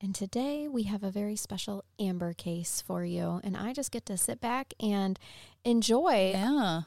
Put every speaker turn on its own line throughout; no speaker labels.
And today we have a very special Amber case for you. And I just get to sit back and enjoy.
Yeah.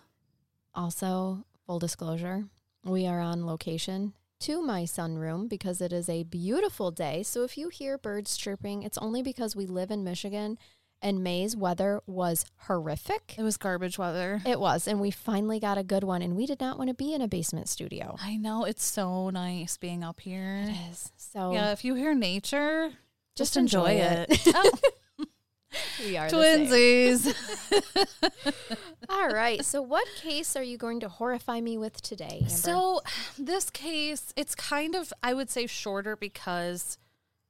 Also, full disclosure, we are on location to my sunroom because it is a beautiful day. So if you hear birds chirping, it's only because we live in Michigan and May's weather was horrific.
It was garbage weather.
It was. And we finally got a good one. And we did not want to be in a basement studio.
I know. It's so nice being up here.
It is. So
Yeah. If you hear nature,
just,
just
enjoy,
enjoy
it.
it. Oh.
we are the same.
twinsies.
All right. So, what case are you going to horrify me with today? Amber?
so, this case, it's kind of, I would say, shorter because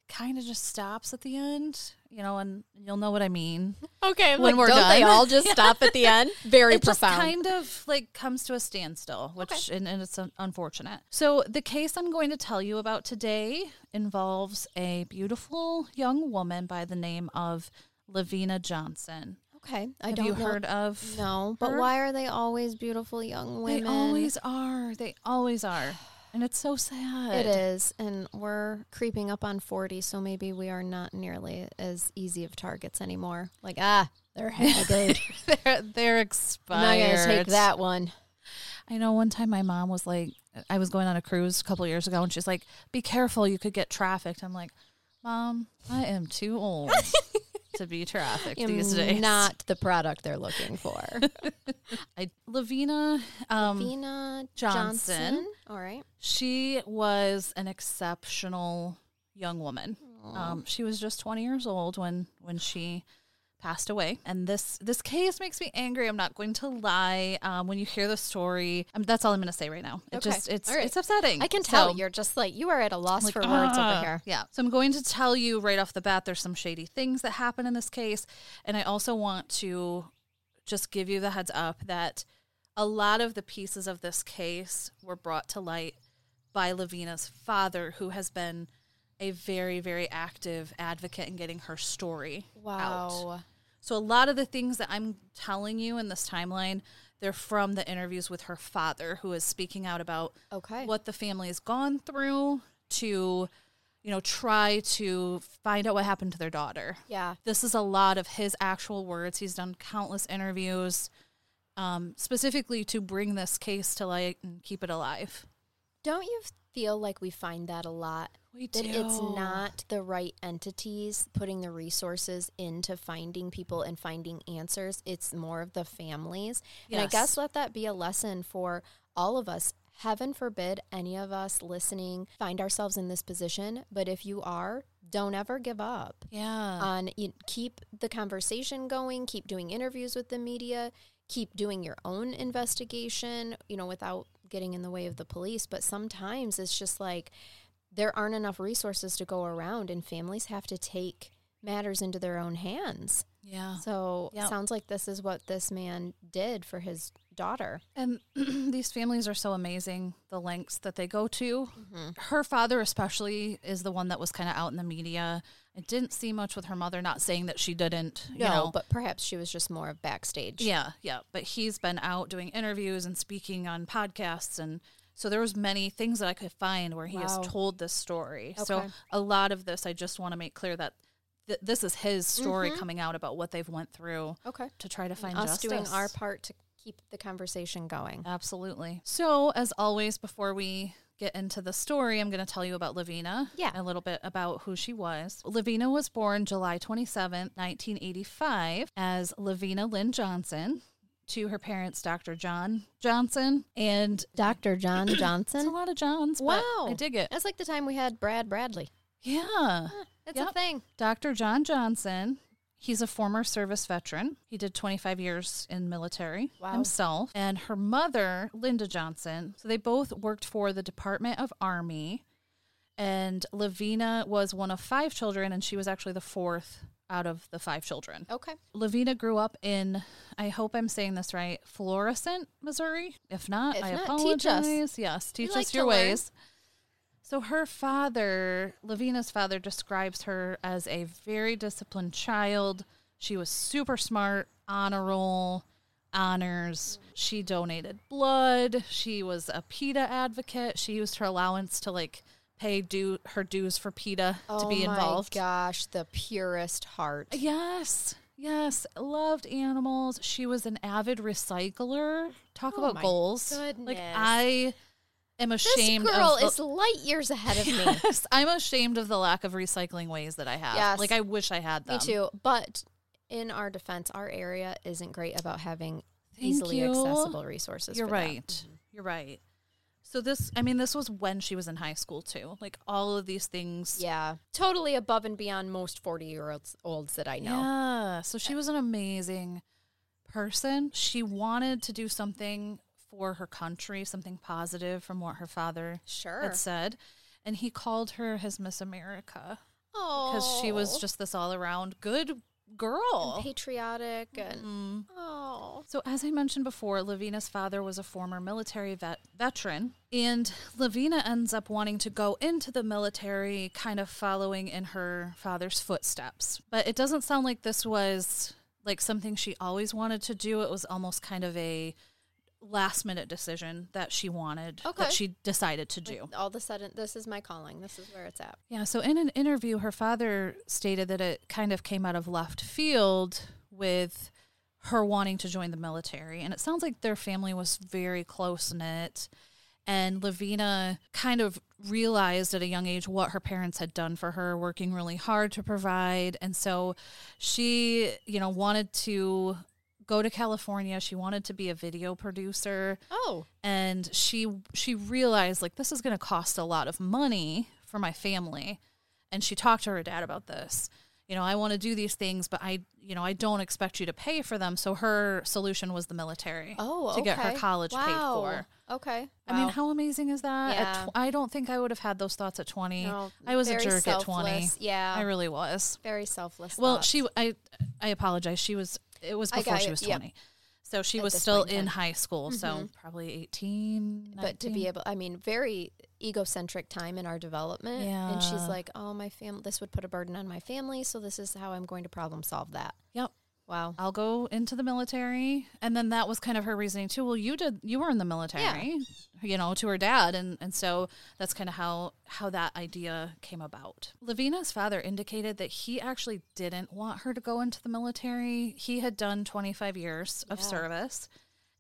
kind of just stops at the end, you know, and you'll know what I mean.
okay,
when we're done.
just stop at the end? Very
it just kind of like comes to a standstill, which and, and it's un- unfortunate. So the case I'm going to tell you about today involves a beautiful young woman by the name of Lavina Johnson.
okay, I
Have
don't
you
know-
heard of?
No, but
her?
why are they always beautiful young
They
women?
always are. They always are, and it's so sad.
It is, and we're creeping up on forty, so maybe we are not nearly as easy of targets anymore. Like ah, they're haggard.
They're, they're
I'm
expired.
not gonna take that one.
I know one time my mom was like, I was going on a cruise a couple years ago, and she's like, "Be careful, you could get trafficked." I'm like, "Mom, I am too old to be trafficked
I'm
these days."
Not the product they're looking for.
I, Lavina, um,
Vina Johnson.
Johnson.
All right.
she was an exceptional young woman. Um, she was just 20 years old when when she passed away, and this this case makes me angry. I'm not going to lie. Um, when you hear the story, um, that's all I'm going to say right now. It
Okay.
just it's
All right.
it's upsetting.
I can tell
So-
you're just like you are at a loss
like,
for words over
"Ah."
here.
Yeah. So I'm going to tell you right off the bat there's some shady things that happen in this case. And I also want to just give you the heads up that a lot of the pieces of this case were brought to light by Lavina's father, who has been a very, very active advocate in getting her story out.
Wow.
So a lot of the things that I'm telling you in this timeline, they're from the interviews with her father, who is speaking out about
Okay.
what the family has gone through to, you know, try to find out what happened to their daughter.
Yeah.
This is a lot of his actual words. He's done countless interviews um, specifically to bring this case to light and keep it alive.
Don't you feel like we find that a lot?
We
That it's not the right entities putting the resources into finding people and finding answers. It's more of the families. And I
Yes.
guess let that be a lesson for all of us. Heaven forbid any of us listening find ourselves in this position. But if you are, don't ever give up.
Yeah.
on you, keep the conversation going, keep doing interviews with the media, keep doing your own investigation, you know, without getting in the way of the police. But sometimes it's just like there aren't enough resources to go around, and families have to take matters into their own hands.
yeah.
So
Yep.
sounds like this is what this man did for his daughter.
And these families are so amazing, the lengths that they go to.
Mm-hmm.
Her father, especially, is the one that was kind of out in the media. I didn't see much with her mother, not saying that she didn't, you know.
but perhaps she was just more of backstage.
yeah, yeah. But he's been out doing interviews and speaking on podcasts. And so there was many things that I could find where he has
Wow.
told this story. So
Okay.
a lot of this, I just want to make clear that th- this is his story coming out about what they've went through
Okay.
to try to find
Mm-hmm. Oh, Us doing
justice.
our part to keep the conversation going.
Absolutely. So, as always, before we get into the story, I'm going to tell you about Lavina.
Yeah.
A little bit about who she was. Lavina was born July 27th, 1985, as Lavina Lynn Johnson to her parents, Dr. John Johnson. And
Dr. John
it's a
Johnson.
lot of Johns. but
Wow.
I dig it.
That's like the time we had Brad Bradley.
Yeah.
That's a
Yep.
thing.
Dr. John Johnson. He's a former service veteran. He did 25 years in military
Wow.
himself. And her mother, Linda Johnson. So they both worked for the Department of Army. And Lavina was one of five children, and she was actually the fourth out of the five children.
Okay.
Lavina grew up in, I hope I'm saying this right, Florissant, Missouri. If not,
If
I
not, teach us.
apologize. Yes, teach
like
us your
to learn.
ways. So her father, Lavina's father, describes her as a very disciplined child. She was super smart, on a roll, honors. She donated blood. She was a PETA advocate. She used her allowance to like pay due her dues for PETA to be involved.
Oh my gosh, the purest heart.
Yes. Yes. Loved animals. She was an avid recycler. Talk
Oh my
about goals. Like
goodness.
I am ashamed
this girl
of the-
is light years ahead of me.
Yes, I'm ashamed of the lack of recycling ways that I have.
Yes.
Like I wish I had them.
Me too. But in our defense, our area isn't great about having
Thank
easily
you.
accessible resources.
You're
for that. Mm-hmm.
right. You're right. So this I mean this was when she was in high school too. Like all of these things.
Yeah. Totally above and beyond most 40 year olds olds that I know.
Yeah. So she was an amazing person. She wanted to do something for her country, something positive from what her father
Sure.
had said. And he called her his Miss America
Oh.
because she was just this all around good girl.
patriotic and
Mm.
oh.
So, as I mentioned before, Lavina's father was a former military vet- veteran, and Lavina ends up wanting to go into the military, kind of following in her father's footsteps. But it doesn't sound like this was like something she always wanted to do. It was almost kind of a last minute decision that she wanted,
Okay.
that she decided to do.
All of a sudden, this is my calling. This is where it's at.
Yeah, so in an interview, her father stated that it kind of came out of left field with her wanting to join the military. And it sounds like their family was very close knit. And Lavina kind of realized at a young age what her parents had done for her, working really hard to provide. And so she, you know, wanted to go to California. She wanted to be a video producer
Oh.
and she she realized like this is going to cost a lot of money for my family and she talked to her dad about this you know i want to do these things but i you know i don't expect you to pay for them so her solution was the military
Oh,
to get her
okay.
college paid
Wow.
for
Okay.
I mean,
Wow.
how amazing is that? At
Yeah.
tw- I don't think I would have had those thoughts at 20.
No,
I was a
very
jerk at 20.
selfless. Yeah.
I really was.
very selfless.
Well,
thoughts.
she I I apologize. She was it was
I
before
got
she
it.
was
Yep.
20. So she
At
was
this
still
point in
in
time. Mm-hmm.
high school, so probably 18.
but to
19.
be able i mean very egocentric time in our development and she's
Yeah.
like oh my family this would put a burden on my family so this is how i'm going to problem solve that
Yep.
wow
I'll go into the military. And then that was kind of her reasoning too. Well, you did you were in the military, you know, to her dad and and so that's kind of how how that idea came about. Lavina's father indicated that he actually didn't want her to go into the military. He had done 25 years of
Yeah.
service.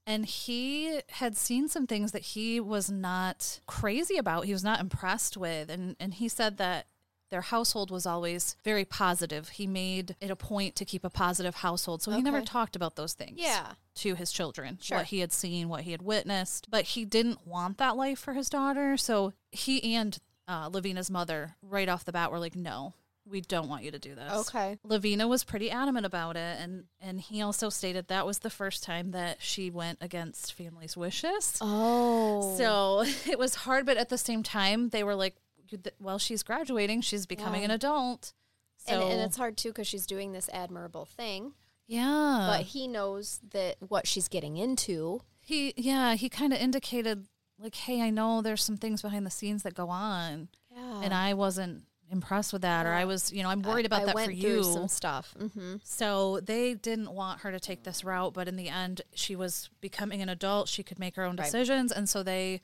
And he had seen some things that he was not crazy about. He was not impressed with. And, and he said that their household was always very positive. He made it a point to keep a positive household. So he never
Okay.
talked about those things
yeah
to his children,
Sure.
what he had seen, what he had witnessed. But he didn't want that life for his daughter. So he and uh, Lavina's mother, right off the bat, were like, no, we don't want you to do this.
okay
Lavina was pretty adamant about it, and and he also stated that was the first time that she went against family's wishes.
oh
So it was hard, but at the same time, they were like, "You th- "Well, she's graduating; she's becoming
Yeah.
an adult." So
and, and it's hard too because she's doing this admirable thing
yeah,
but he knows that what she's getting into
he yeah he kind of indicated like, "Hey, I know there's some things behind the scenes that go on,
yeah
and I wasn't impressed with that, or I was, you know, I'm worried about
I
that
went
for
through
you."
some stuff mm-hmm.
So they didn't want her to take this route, but in the end, she was becoming an adult. She could make her own
Right.
decisions, and so they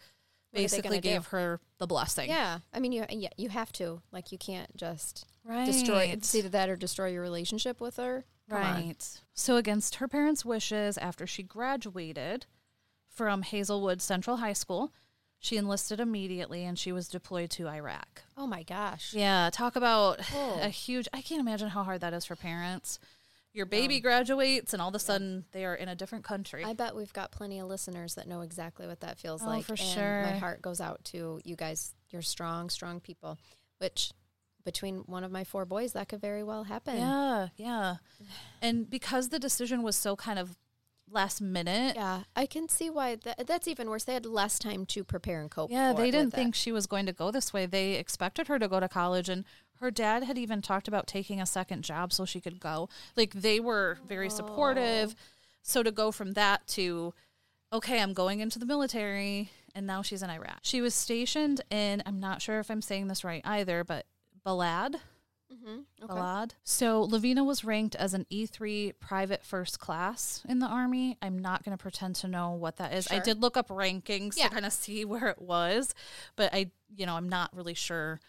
What are they
basically
gonna do?
gave her the blessing.
yeah i mean you yeah, you have to like you can't just
right.
destroy it's either that or destroy your relationship with her Come on.
Right. So against her parents' wishes, after she graduated from Hazelwood Central High School, she enlisted immediately, and she was deployed to Iraq.
oh my gosh
Yeah, talk about
Oh.
a huge. I can't imagine how hard that is for parents. Your baby graduates, and all of a sudden they are in a different country.
I bet we've got plenty of listeners that know exactly what that feels
Oh,
like.
for
and My
sure.
heart goes out to you guys. You're strong, strong people. Which between one of my four boys, that could very well happen.
Yeah, yeah. And because the decision was so kind of last minute.
Yeah, I can see why that, that's even worse. They had less time to prepare and cope.
Yeah,
for
they
it
didn't
with it.
think she was going to go this way. They expected her to go to college, and her dad had even talked about taking a second job so she could go. Like, they were
Oh.
very supportive. So, to go from that to, okay, I'm going into the military, and now she's in Iraq. She was stationed in, I'm not sure if I'm saying this right either, but Balad.
Mm-hmm. Okay.
Balad. So Lavina was ranked as an E3 private first class in the Army. I'm not going to pretend to know what that is. I
Sure.
did look up rankings
Yeah.
to kind of see where it was, but I, you know, I'm not really sure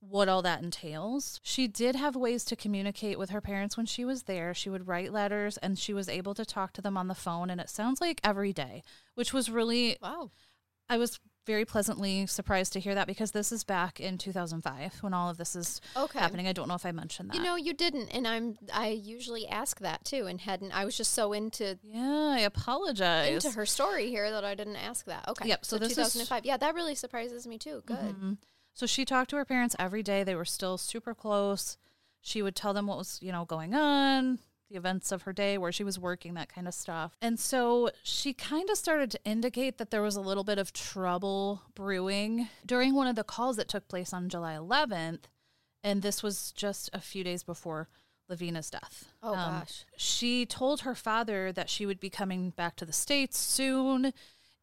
what all that entails. She did have ways to communicate with her parents when she was there. She would write letters and she was able to talk to them on the phone, and it sounds like every day, which was really
Wow.
I was very pleasantly surprised to hear that because this is back in 2005 when all of this is
Okay.
happening. I don't know if I mentioned that.
You know, you didn't, and I'm. I usually ask that too, and hadn't. I was just so into
yeah, I apologize.
into her story here that I didn't ask that. Okay.
Yep, so this is- Mm-hmm.
2005. Yeah, that really surprises me too. Good.
So she talked to her parents every day. They were still super close. She would tell them what was, you know, going on, the events of her day, where she was working, that kind of stuff. And so she kind of started to indicate that there was a little bit of trouble brewing during one of the calls that took place on July 11th. And this was just a few days before Lavina's death. Um,
Oh, gosh.
She told her father that she would be coming back to the States soon.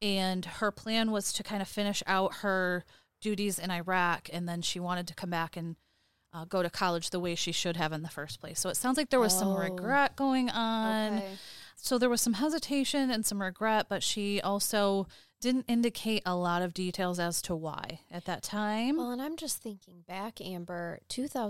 And her plan was to kind of finish out her duties in Iraq. And then she wanted to come back and uh, go to college the way she should have in the first place. So it sounds like there was some
Oh.
regret going on.
Okay.
So there was some hesitation and some regret, but she also didn't indicate a lot of details as to why at that time.
Well, and I'm just thinking back, Amber,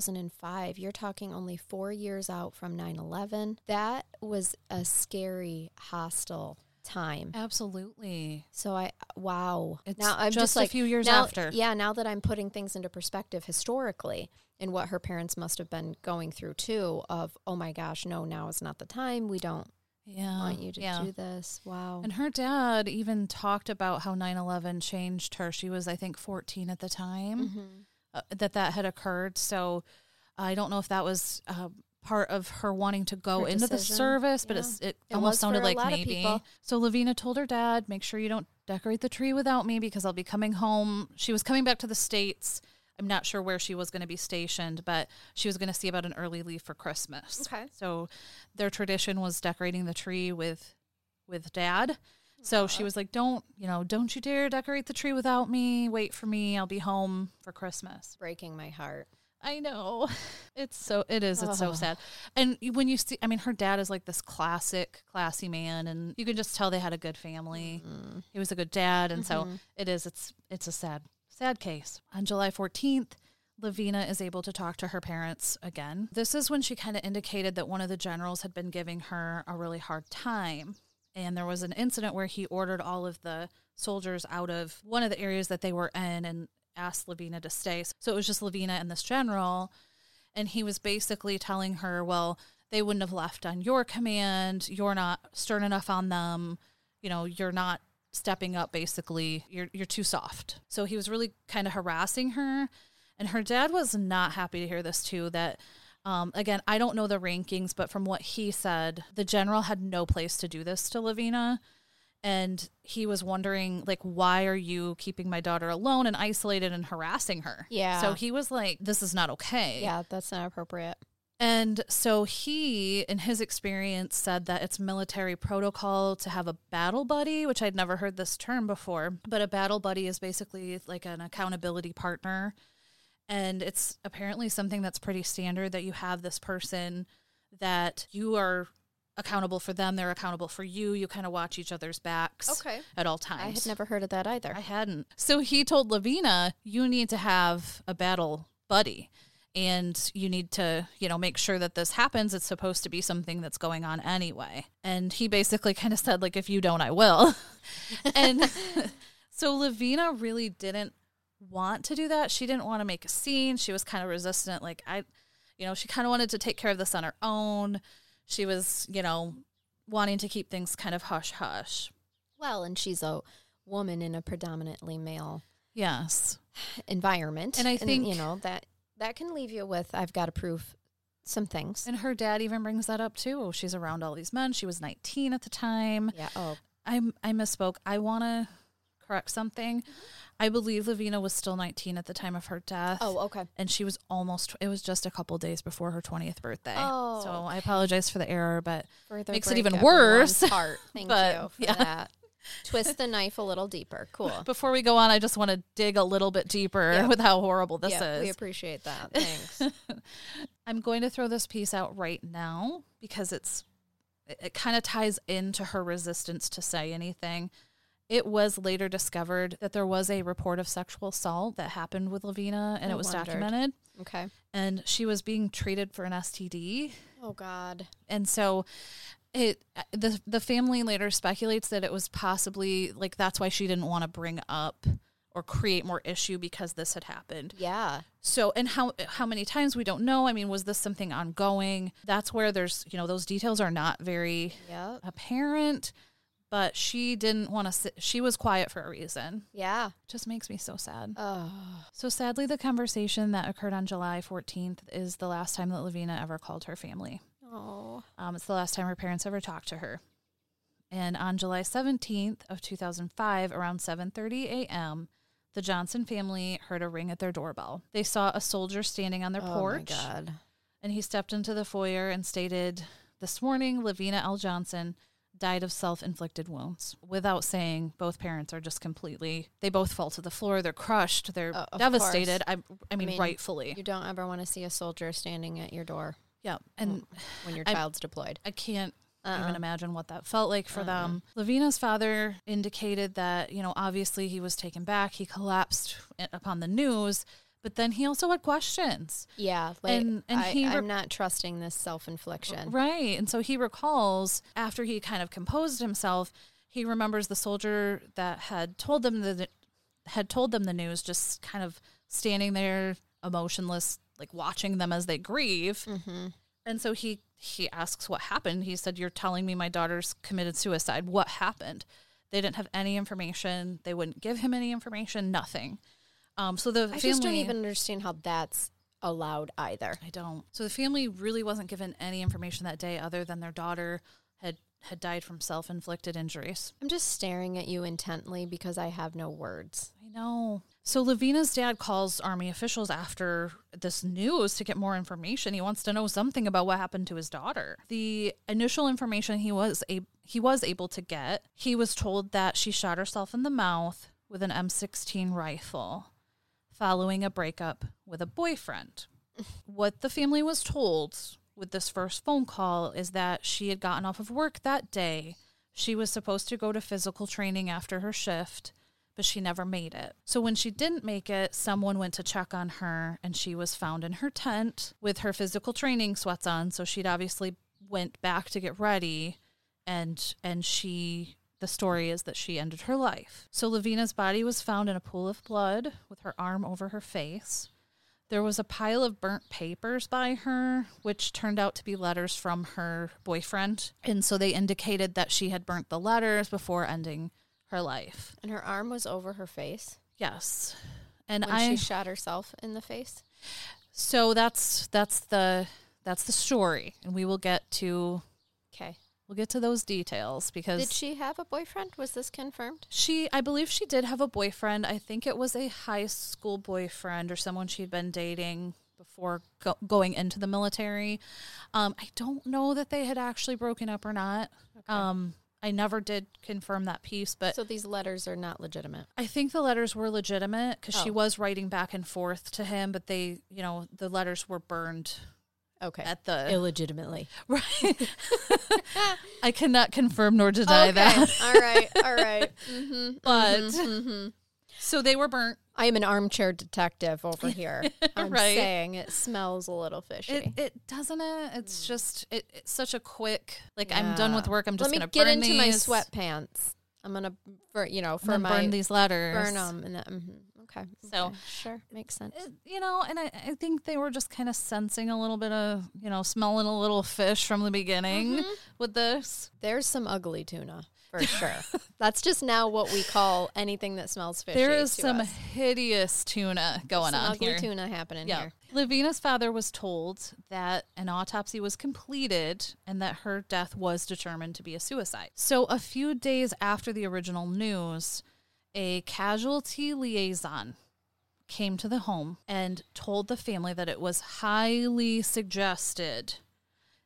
2005, you're talking only four years out from 9 11. That was a scary, hostile time.
Absolutely.
So I, wow.
Oh. It's
now I'm just,
just a
like,
few years
now-
after.
Yeah, now that I'm putting things into perspective historically and what her parents must have been going through too of, oh my gosh, no, now is not the time. We don't
Yeah.
want you to
Oh, yeah.
do this. Wow.
And her dad even talked about how 9 11 changed her. She was, I think, 14 at the time
Mm-hmm.
uh, that that had occurred. So I don't know if that was uh, part of her wanting to go
Her
into the
decision,
service, but
yeah.
it's, it,
It was
almost sounded
for a
like
lot of
maybe.
people.
So Lavina told her dad, make sure you don't decorate the tree without me because I'll be coming home. She was coming back to the States. I'm not sure where she was going to be stationed, but she was going to see about an early leave for Christmas.
Okay.
So their tradition was decorating the tree with with dad. So she was like, "Don't, you know, don't you dare decorate the tree without me. Wait for me. I'll be home for Christmas."
Breaking my heart.
I know. It's so it is. It's so
Ugh.
sad. And you- when you see I mean her dad is like this classic classy man and you can just tell they had a good family. He was a good dad and so it is it's it's a sad sad case. On July 14th, Lavina is able to talk to her parents again. This is when she kind of indicated that one of the generals had been giving her a really hard time. And there was an incident where he ordered all of the soldiers out of one of the areas that they were in and asked Lavina to stay. So it was just Lavina and this general. And he was basically telling her, well, they wouldn't have left on your command. You're not stern enough on them. You know, you're not stepping up basically. You're you're too soft. So he was really kind of harassing her. And her dad was not happy to hear this too that um, again, I don't know the rankings, but from what he said, the general had no place to do this to Lavina and he was wondering like why are you keeping my daughter alone and isolated and harassing her
Yeah.
so he was like this is not okay
Yeah, that's not appropriate.
and so he in his experience said that it's military protocol to have a battle buddy which i'd never heard this term before but a battle buddy is basically like an accountability partner and it's apparently something that's pretty standard that you have this person that you are accountable for them they're accountable for you you kind of watch each other's backs
Okay.
at all
I had
times
never heard of that either.
I hadn't. So he told Lavina, you need to have a battle buddy and you need to, you know, make sure that this happens. It's supposed to be something that's going on anyway. And he basically kind of said like if you don't I will. and so Lavina really didn't want to do that. She didn't want to make a scene. She was kind of resistant like I you know, she kind of wanted to take care of this on her own. She was, you know, wanting to keep things kind of hush hush.
well, and she's a woman in a predominantly male
Yes.
environment
And I think-
you know that that can leave you with i've got to prove some things.
And her dad even brings that up too. She's around all these men. She was 19 at the time.
Yeah. Oh,
I I misspoke. I want to correct something.
Mm-hmm.
I believe Lavina was still 19 at the time of her death.
oh, okay.
And she was almost. It was just a couple days before her 20th birthday.
Oh.
So I apologize for the error, but
Further
Makes it
break
even
everyone's
worse,
Heart. Thank
but,
you for
yeah.
that. Twist the knife a little deeper. Cool.
before we go on, I just want to dig a little bit deeper
Oh. Yeah.
with how horrible this
yeah,
is.
we appreciate that. Thanks.
I'm going to throw this piece out right now because it's it, it kind of ties into her resistance to say anything. It was later discovered that there was a report of sexual assault that happened with Lavina and
I
it was
wondered.
documented
okay.
and she was being treated for an STD
Oh God.
and so it the the family later speculates that it was possibly like that's why she didn't want to bring up or create more issue because this had happened.
Yeah.
So, and how how many times we don't know. I mean, was this something ongoing? That's where there's you know those details are not very
Yep.
apparent. But she didn't want to. sit She was quiet for a reason.
Yeah.
Just makes me so sad.
Oh.
So sadly, the conversation that occurred on July 14th is the last time that Lavina ever called her family.
Oh.
Um, it's the last time her parents ever talked to her. And on July 17th of 2005, around 7:30 a.m., the Johnson family heard a ring at their doorbell. They saw a soldier standing on their porch,
Oh my God.
and he stepped into the foyer and stated, "This morning, Lavina L. Johnson died of self-inflicted wounds." Without saying, both parents are just completely—they both fall to the floor. They're crushed. They're
Oh, of
devastated. I, I mean,
mean,
rightfully.
You don't ever want to see a soldier standing at your door
Yeah,
Mm.
and
when your
I-
child's deployed.
I can't
Uh-uh.
even imagine what that felt like for them. Lavina's father indicated that, you know, obviously he was taken back. He collapsed eh, upon the news, but then he also had questions.
Yeah. Like,
And- and
I,
he re-
I'm not trusting this self infliction.
Right. And so he recalls after he kind of composed himself, he remembers the soldier that had told them the had told them the news just kind of standing there emotionless, like watching them as they grieve.
Mm-hmm.
And so he he asks what happened. He said, "You're telling me my daughter's committed suicide. What happened?" They didn't have any information. They wouldn't give him any information. Nothing. Um, so the
I
family
just don't even understand how that's allowed either.
I don't. So the family really wasn't given any information that day other than their daughter had had died from self-inflicted injuries.
I'm just staring at you intently because I have no words.
I know. So Lavina's dad calls army officials after this news to get more information. He wants to know something about what happened to his daughter. The initial information he was a he was able to get, he was told that she shot herself in the mouth with an M16 rifle following a breakup with a boyfriend. what the family was told with this first phone call is that she had gotten off of work that day. She was supposed to go to physical training after her shift, but she never made it. So when she didn't make it, someone went to check on her and she was found in her tent with her physical training sweats on, so she'd obviously went back to get ready and and she the story is that she ended her life. So Lavina's body was found in a pool of blood with her arm over her face. There was a pile of burnt papers by her, which turned out to be letters from her boyfriend. And so they indicated that she had burnt the letters before ending her life.
And her arm was over her face
Yes. And
when
I
she shot herself in the face.
so that's that's the that's the story. And we will get to
Okay.
we'll get to those details because
Did she have a boyfriend? Was this confirmed?
She, I believe she did have a boyfriend. I think it was a high school boyfriend or someone she'd been dating before go- going into the military. Um, I don't know that they had actually broken up or not. Um, I never did confirm that piece, but
So these letters are not legitimate.
I think the letters were legitimate because she
Oh.
was writing back and forth to him, but they, you know, the letters were burned
Okay.
at the.
Illegitimately.
right. I cannot confirm nor deny that.
all right. All right.
Mm-hmm. But
mm-hmm.
so they were burnt.
I am an armchair detective over here. I'm
Right.
saying it smells a little fishy.
It, it doesn't it? It's just it, it's such a quick like I'm done with
Hmm. Yeah.
work. I'm just
Let me
gonna
get
burn
into
these,
my sweatpants. I'm gonna, for, you know,
and
for
then
my
burn these letters.
burn them and that, mhm. okay.
So-
Okay. sure makes sense.
It- you know, and I, I think they were just kind of sensing a little bit of
Mm-hmm.
you know smelling a little fish from the beginning with this.
There's some ugly tuna. for sure. That's just now what we call anything that smells fishy.
There is
to
some
us.
hideous tuna going
Some
on
ugly
here.
tuna happening here.
Lavina's father was told that an autopsy was completed and that her death was determined to be a suicide. So, a few days after the original news, a casualty liaison came to the home and told the family that it was highly suggested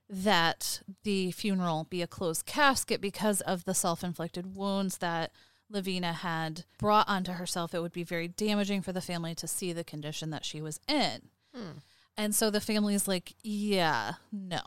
that the funeral be a closed casket because of the self inflicted wounds that Lavina had brought onto herself. It would be very damaging for the family to see the condition that she was in.
Hmm.
And so the family's like, yeah, no.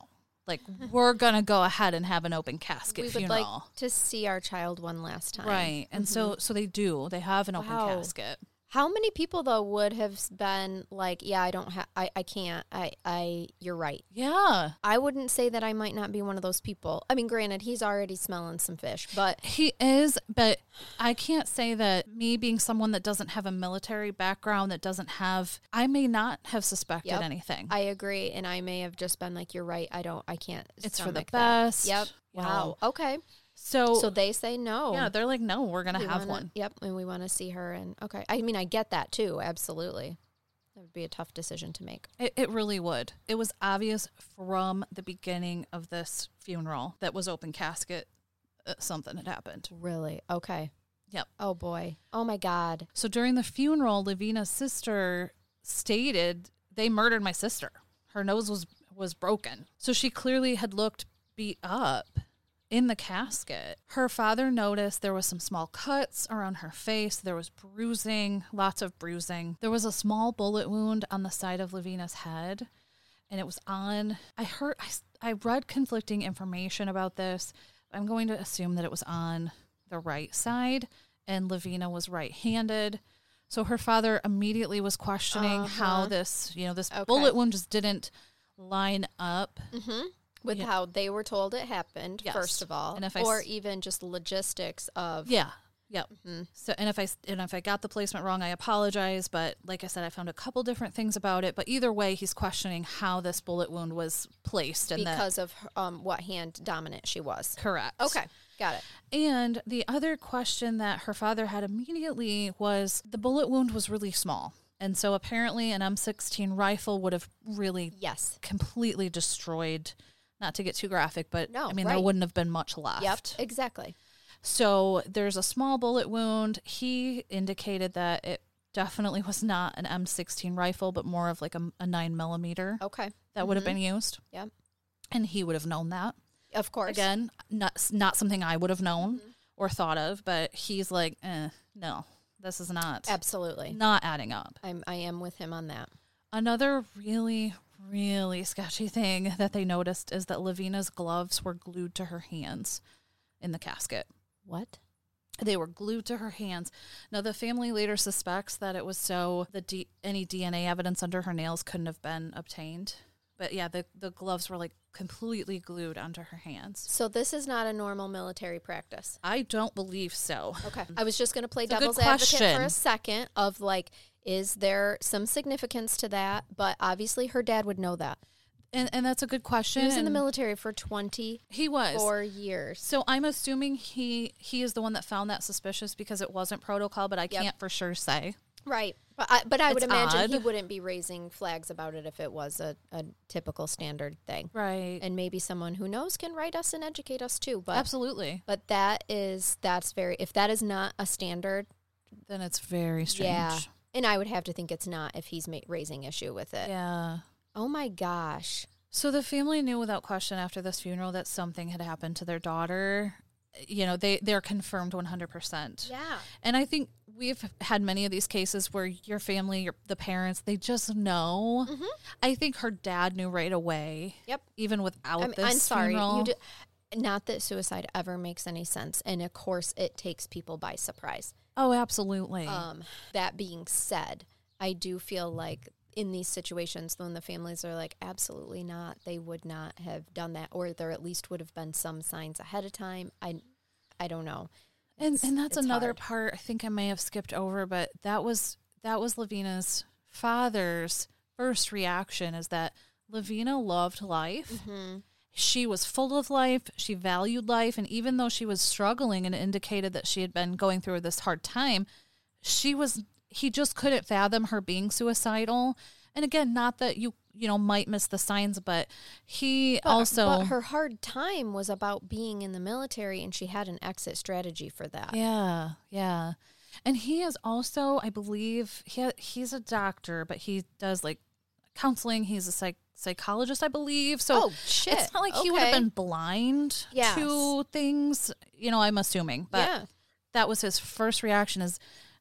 Like, we're going to go ahead and have an open casket
We would
funeral.
like to see our child one last time.
right. And so, so they do. They have an open
Wow.
casket.
How many people though would have s- been like, yeah, I don't have, I, I can't, I, I, you're right.
Yeah.
I wouldn't say that I might not be one of those people. I mean, granted, he's already smelling some fish, but
He is, but I can't say that me being someone that doesn't have a military background, that doesn't have, I may not have suspected
Yep.
anything.
I agree. And I may have just been like, you're right. I don't, I can't.
it's for the
stomach that.
best.
Yep.
you
Wow.
know.
Okay.
So,
So they say no.
yeah, they're like, no, we're going to
We
have
wanna-
one.
Yep. And we want to see her. And okay. I mean, I get that too. Absolutely. That would be a tough decision to make.
It, it really would. It was obvious from the beginning of this funeral that was open casket, uh, something had happened.
Really? Okay.
Yep.
Oh boy. Oh my God.
So during the funeral, Lavina's sister stated they murdered my sister. Her nose was was broken. So she clearly had looked beat up in the casket. Her father noticed there was some small cuts around her face, there was bruising, lots of bruising. There was a small bullet wound on the side of Lavina's head and it was on I heard I, s- I read conflicting information about this. I'm going to assume that it was on the right side and Lavina was right-handed. So her father immediately was questioning how
Uh-huh.
this, you know, this
Okay. Mm-hmm.
bullet wound just didn't line up.
With
Yeah.
how they were told it happened,
Yes.
first of all,
And if I
or
s-
even just logistics of
Yeah. Yep.
Mm-hmm.
So, and if I s- and if I got the placement wrong, I apologize. But like I said, I found a couple different things about it. But either way, he's questioning how this bullet wound was placed and that
because of her- um, what hand dominant she was.
correct.
Okay, got it.
And the other question that her father had immediately was the bullet wound was really small, and so apparently an M16 rifle would have really
Yes.
completely destroyed. Not to get too graphic, but
No,
I mean
right.
there wouldn't have been much left.
Yep. Exactly.
So there's a small bullet wound. He indicated that it definitely was not an M16 rifle, but more of like a, a nine millimeter
Okay.
that would have
mm-hmm.
been used.
Yep.
And he would have known that.
Of course.
Again, not, not something I would have known or thought of, but he's like, eh, no, this is not,
Absolutely.
not adding up.
I'm, I am with him on that.
Another really, really sketchy thing that they noticed is that Lavina's gloves were glued to her hands in the casket.
What?
They were glued to her hands. Now, the family later suspects that it was so the D- any DNA evidence under her nails couldn't have been obtained. But yeah, the, the gloves were like completely glued onto her hands.
So this is not a normal military practice.
I don't believe so.
Okay. I was just going to play
Mm. a good
devil's advocate for
question.
a second of like, is there some significance to that? But obviously, her dad would know that.
And, and that's a good question.
He was in the
and
military for 24
He was.
years.
so I'm assuming he he is the one that found that suspicious because it wasn't protocol, but I can't for sure say.
Right. But I, but I would
It's
imagine he
odd.
wouldn't be raising flags about it if it was a, a typical standard thing.
Right.
And maybe someone who knows can write us and educate us too. But
Absolutely.
but that is that's very if that is not a standard,
Then it's very strange.
yeah. And I would have to think it's not if he's ma- raising issue with it.
Yeah.
Oh my gosh.
So the family knew without question after this funeral that something had happened to their daughter. You know, they they're confirmed 100%.
Yeah.
And I think we've had many of these cases where your family, your, the parents, they just know.
Mm-hmm.
I think her dad knew right away.
Yep.
Even without
I'm,
this
I'm sorry.
funeral.
You do, not that suicide ever makes any sense, and of course it takes people by surprise.
oh, absolutely.
Um, that being said, I do feel like in these situations, when the families are like, absolutely not, they would not have done that, or there at least would have been some signs ahead of time. I, I don't know.
and and that's
it's
another
hard.
part I think I may have skipped over, but that was that was Lavina's
Mm-hmm.
father's first reaction is that Lavina loved life. she was full of life. She valued life. And even though she was struggling and indicated that she had been going through this hard time, she was, he just couldn't fathom her being suicidal. And again, not that you, you know, might miss the signs, but he
But- uh,
also.
but her hard time was about being in the military, and she had an exit strategy for that.
Yeah, yeah. And he is also, I believe, he ha- he's a doctor, but he does like counseling. He's a psych- psychologist, I believe. So
Oh, shit.
it's not like he would have
Okay.
been blind
Yes.
to things. You know, I'm assuming, but
yeah,
that was his first reaction. Is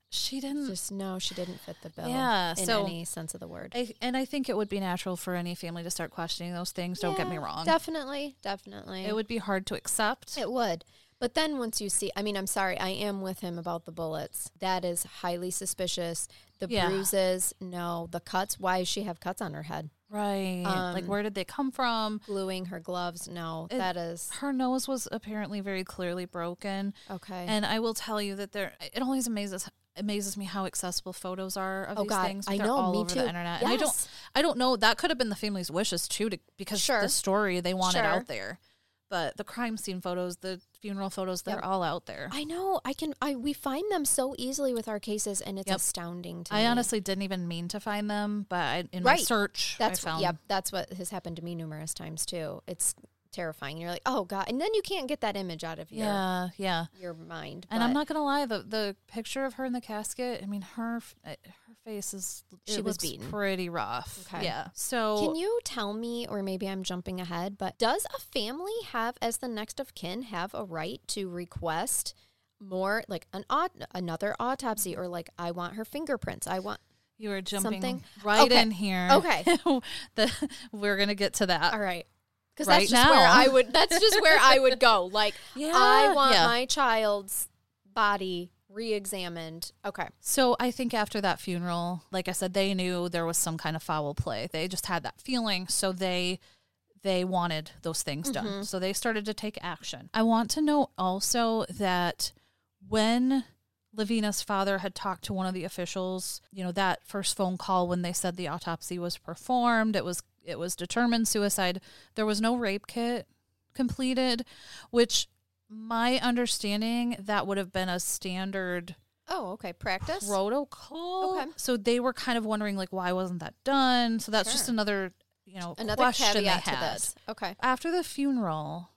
she didn't
just no, she didn't fit the bill.
Hmm. Yeah,
in
so-
any sense of the word.
I, and I think it would be natural for any family to start questioning those things. Don't get me
Yeah,
wrong.
Definitely, definitely.
It would be hard to accept.
It would. But then once you see, I mean, I'm sorry, I am with him about the bullets. That is highly suspicious. The
Yeah.
bruises, no. The cuts, why does she have cuts on her head?
right. like,
Um,
where did they come from?
Gluing her gloves, no.
It-
that is
Her nose was apparently very clearly broken.
okay.
And I will tell you that there, it always amazes amazes me how accessible photos are of
Oh,
these
God,
things.
I
They're
know,
all
me
over
too.
the internet. And I don't,
Yes.
I don't know. That could have been the family's wishes too, to, because the
Sure.
story they wanted
Sure.
out there. But the crime scene photos, the funeral photos, they're all out there.
I know. I can I we find them so easily with our cases and it's
Yep.
astounding to
I
me.
honestly didn't even mean to find them, but I, in my
Right.
search,
that's
I found.
yep, that's what has happened to me numerous times too. It's terrifying. You're like, "Oh god." And then you can't get that image out of your
Yeah, yeah.
your mind.
And I'm
but
not gonna lie, the the picture of her in the casket. I mean, her f- uh, her face is
She
it
was
looks
beaten.
pretty rough.
Okay.
Yeah. So
Can you tell me, or maybe I'm jumping ahead, but does a family have, as the next of kin, have a right to request more, like an aut- another autopsy, or like I want her fingerprints? I want.
You are jumping
Something?
right
Okay.
in here.
Okay.
The- we're gonna get to that.
All right. Because
Right
that's just where
now.
I would. That's just where I would go. Like I
Yeah,
want
yeah.
my child's body re-examined. Okay.
So I think after that funeral, like I said, they knew there was some kind of foul play. They just had that feeling, so they they wanted those things done. So they started to take action. I want to note also that when Lavina's father had talked to one of the officials, you know, that first phone call when they said the autopsy was performed, it was it was determined suicide. There was no rape kit completed, which my understanding that would have been a standard
Oh, okay. Practice.
protocol.
Okay.
So they were kind of wondering like why wasn't that done? So that's just
Sure.
another you know
Another
question they
caveat to
had.
this. Okay.
After the funeral,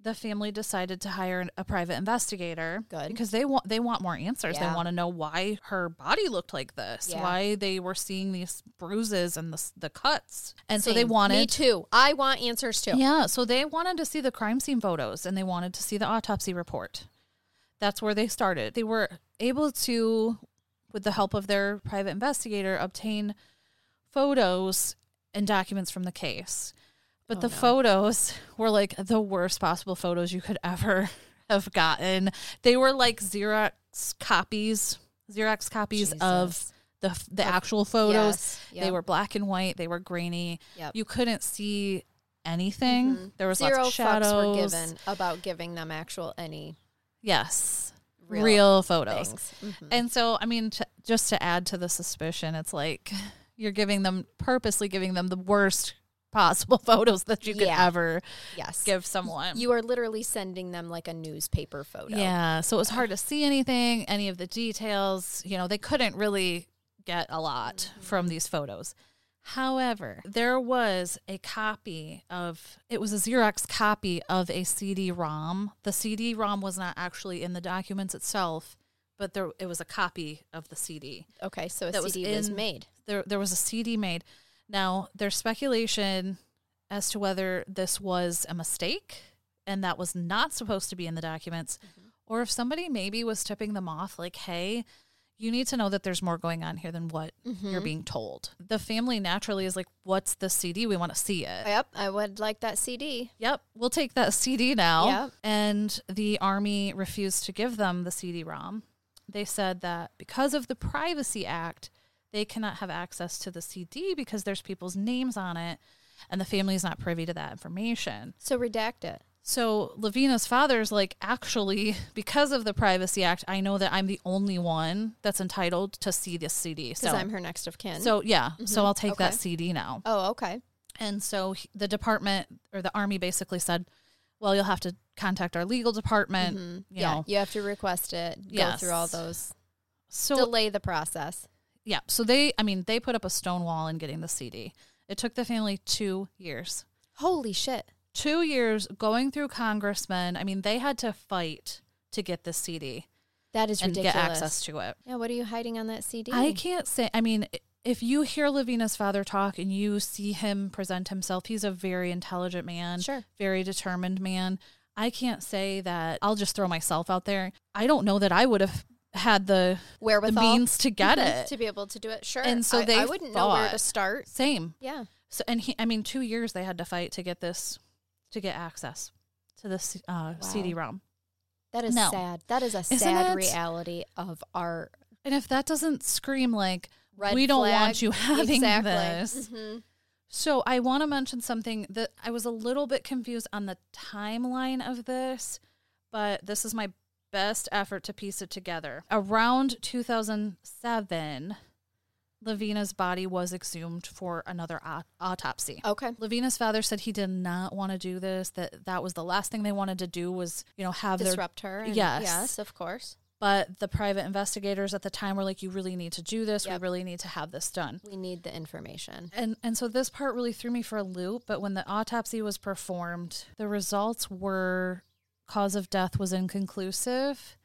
the family decided to hire an- a private investigator
Good.
because they want they want more answers. They
Yeah.
want to know why her body looked like this,
Yeah.
why they were seeing these bruises and the s- the cuts, and so they
Same.
wanted
me too. I want answers too.
yeah, so they wanted to see the crime scene photos and they wanted to see the autopsy report. That's where they started. They were able to, with the help of their private investigator, obtain photos and documents from the case. But
Oh,
the
no.
photos were like the worst possible photos you could ever have gotten. They were like Xerox copies, Xerox copies of
Jesus.
the the actual photos.
Yes.
They
Yep.
were black and white. They were grainy.
Yep. Mm-hmm.
You couldn't see anything. There was
zero
lots of shadows.
fucks were given about giving them actual any
Yes, real,
real,
photos.
things. Mhm.
And so, I mean, to, just to add to the suspicion, it's like you're giving them purposely giving them the worst possible photos that you could
Yeah.
ever
Yes,
give someone.
you are literally sending them like a newspaper photo.
yeah. So it was hard to see anything, any of the details. You know, they couldn't really get a lot from these photos. However, there was a copy of it was a Xerox copy of a CD-ROM. The CD-ROM was not actually in the documents itself, but there it was a copy of the CD.
Okay, so a
That was
CD was,
in-
made.
There there was a CD made. Now, there's speculation as to whether this was a mistake and that was not supposed to be in the documents or if somebody maybe was tipping them off like, "Hey, you need to know that there's more going on here than what you're being told." The family naturally is like, "What's the CD? We want to see it."
Yep, I would like that CD.
Yep, we'll take that CD now.
Yep.
And the army refused to give them the CD ROM. They said that because of the Privacy Act, they cannot have access to the CD because there's people's names on it and the family is not privy to that information.
So redact it.
So Lavina's father's like, actually, because of the Privacy Act, I know that I'm the only one that's entitled to see this CD.
because
So,
I'm her next of kin.
so yeah, so I'll take that
Okay.
CD now.
oh, okay,
And so he- the department or the army basically said, well, you'll have to contact our legal department.
Mhm.
you
yeah,
know.
you have to request it.
Yes.
Go through all those.
So
Delay the process.
yeah, so they I mean they put up a stone wall in getting the CD. It took the family two years.
Holy shit!
two years going through congressmen. I mean, they had to fight to get this CD
That is
and
ridiculous.
get access to it.
yeah, what are you hiding on that CD?
I can't say. I mean, if you hear Lavina's father talk and you see him present himself, he's a very intelligent man,
Sure.
very determined man. I can't say that. I'll just throw myself out there. I don't know that I would have had the the
Wherewithal
means to get it.
Mm-hmm. to be able to do it. Sure.
And so
I, I
they
wouldn't know where to
fought.
start.
Same.
Yeah.
So, and he, I mean, two years they had to fight to get this, to get access to this uh,
Wow.
CD-ROM.
That is
No.
sad. That is a
Isn't
sad
it?
reality of our
And if that doesn't scream like
red
we don't
flag.
want you having
exactly.
this.
Mhm.
So I want to mention something that I was a little bit confused on the timeline of this, but this is my best effort to piece it together. Around 2007, Lavina's body was exhumed for another au- autopsy.
Okay.
Lavina's father said he did not want to do this. That that was the last thing they wanted to do was, you know, have their
Disrupt her. and-
Yes.
Yes, of course.
but the private investigators at the time were like you really need to do this.
Yep.
We really need to have this done.
We need the information.
And and so this part really threw me for a loop, but when the autopsy was performed, the results were cause of death was inconclusive.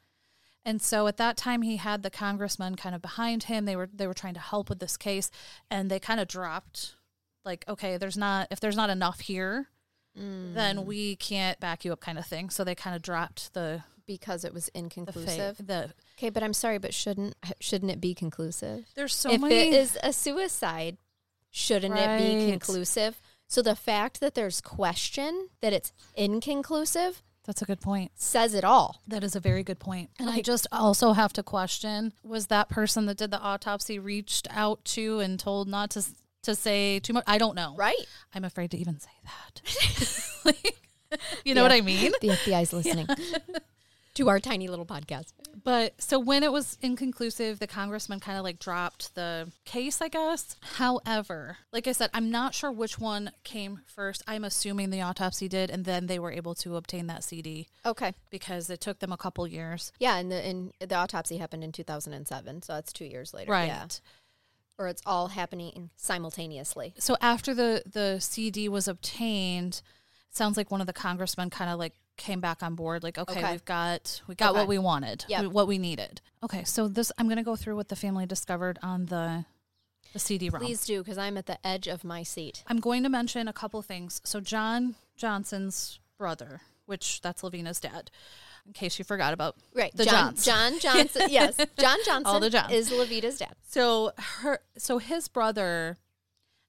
And so at that time he had the congressman kind of behind him. They were they were trying to help with this case and they kind of dropped like okay, there's not if there's not enough here,
Mm.
then we can't back you up kind of thing. So they kind of dropped the
Because it was
the, fa-
inconclusive.
the
Okay, but I'm sorry, but shouldn't shouldn't it be conclusive?
there's so
if
many
it is a suicide, shouldn't it be
Right.
conclusive? So the fact that there's question that it's inconclusive
That's a good point.
says it all.
That is a very good point. And I just also have to question was that person that did the autopsy reached out to and told not to s- to say too much? I don't know.
Right.
I'm afraid to even say that. like, you know what I mean?
The FBI's listening to our tiny little podcast.
But so when it was inconclusive, the congressman kind of like dropped the case, I guess. However, like I said, I'm not sure which one came first. I'm assuming the autopsy did, and then they were able to obtain that CD
Okay.
because it took them a couple years.
Yeah, and the and the autopsy happened in 2007, so that's 2 years later.
Right.
Yeah. Or it's all happening simultaneously.
so after the the CD was obtained, it sounds like one of the congressmen kind of like came back on board like okay,
Okay.
we've got we got
Okay.
what we wanted
Yep.
we- what we needed okay so this i'm going to go through what the family discovered on the the cd-rom
Please do cuz I'm at the edge of my seat.
i'm going to mention a couple things so john johnson's brother which that's lavina's dad in case you forgot about
Right.
the
John
johns
John Johnson. yes. John Johnson
the Johns.
is Levita's dad.
So her so his brother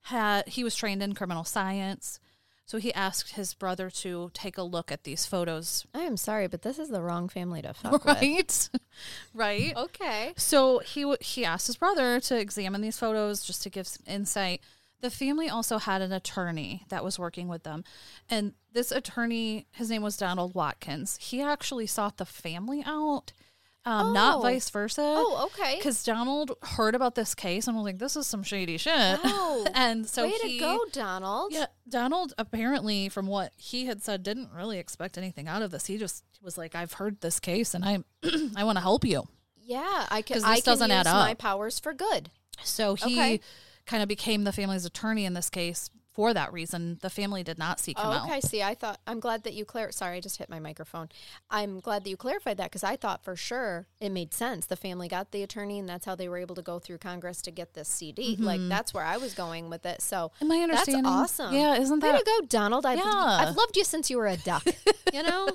had he was trained in criminal science. So he asked his brother to take a look at these photos.
I am sorry, but this is the wrong family to fuck with.
Right? right?
Okay.
So he w- he asked his brother to examine these photos just to give some insight. The family also had an attorney that was working with them, and this attorney, his name was Donald Watkins. He actually sought the family out, um,
Oh.
not vice versa.
Oh, okay.
Because Donald heard about this case and was like, "This is some shady shit."
Wow.
and so
Way
he,
to go, Donald.
yeah, Donald apparently, from what he had said, didn't really expect anything out of this. He just was like, "I've heard this case, and I, I want to help you."
Yeah, I can.
'Cause
I
this
can
doesn't add
use my
up.
powers for good.
So he
Okay.
kind of became the family's attorney in this case for that reason. The family did not seek him
Oh, okay.
out.
See, I thought I'm glad that you clar. Sorry, I just hit my microphone. I'm glad that you clarified that because I thought for sure it made sense. The family got the attorney, and that's how they were able to go through Congress to get this CD. Like
Mm-hmm.
that's where I was going with it. So
Am I understanding?
That's awesome.
Yeah, isn't
Way
that-
to go, Donald? I've,
Yeah.
I've loved you since you were a duck. You know,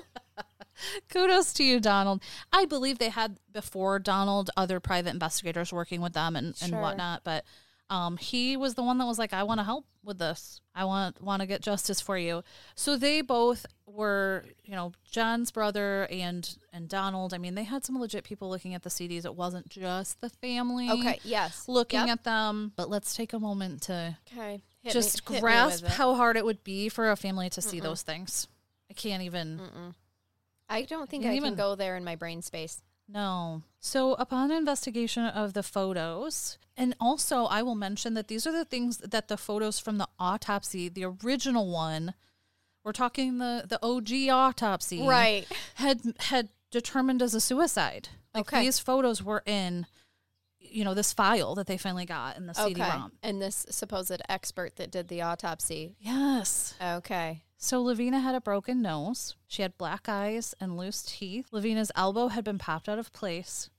Kudos to you, Donald. I believe they had before Donald other private investigators working with them and,
Sure.
and whatnot, but um, he was the one that was like, "I want to help with this. I want want to get justice for you." So they both were, you know, John's brother and and Donald. I mean, they had some legit people looking at the CDs. It wasn't just the family.
okay. Yes.
looking
Yep.
at them. But let's take a moment to
Okay. Hit me-
just
hit me with
grasp
it.
how hard it would be for a family to see those things. I can't even.
I don't think I
Didn't
can
even-
go there in my brain space.
No. So, upon investigation of the photos, and also I will mention that these are the things that the photos from the autopsy, the original one, We're talking the the OG autopsy,
Right.
Had had determined as a suicide. Like
Okay.
these photos were in, you know, this file that they finally got in the
Okay.
CD-ROM.
And this supposed expert that did the autopsy.
Yes.
Okay.
So Lavina had a broken nose. She had black eyes and loose teeth. Lavina's elbow had been popped out of place.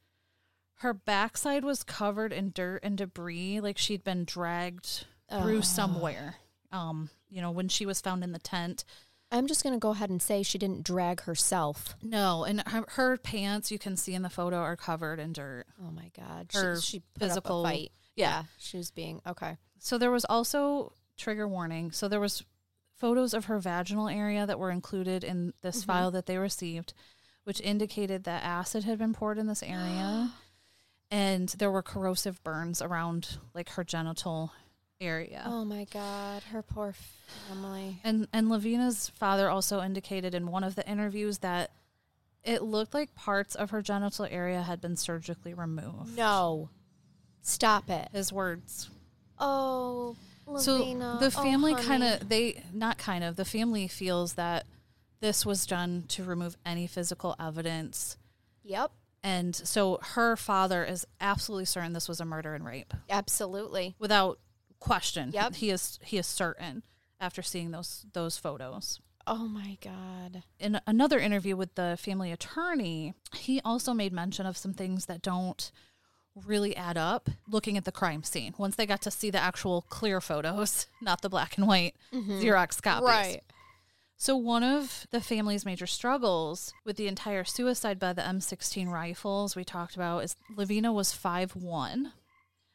Her backside was covered in dirt and debris, like she'd been dragged through somewhere. Um, you know, when she was found in the tent.
I'm just going to go ahead and say she didn't drag herself.
No, and her, her pants you can see in the photo are covered in dirt.
Oh my God.
Her
she, she put up
physical-
a fight.
yeah.
She was being, okay.
So there was also trigger warning. So there was photos of her vaginal area that were included in this
Mm-hmm.
file that they received, which indicated that acid had been poured in this area and there were corrosive burns around like her genital area.
Oh my God. Her poor family.
And and Lavina's father also indicated in one of the interviews that it looked like parts of her genital area had been surgically removed.
No. Stop it.
His words.
Oh, Lavina.
So the
Oh,
family
honey.
kind of they not kind of the family feels that this was done to remove any physical evidence,
Yep.
and so her father is absolutely certain this was a murder and rape
Absolutely.
without question.
Yep.
he is he is certain after seeing those those photos.
Oh my God.
in another interview with the family attorney, he also made mention of some things that don't really add up looking at the crime scene. Once they got to see the actual clear photos, not the black and white Xerox copies. So, one of the family's major struggles with the entire suicide by the M16 rifles we talked about is Lavina was 5'1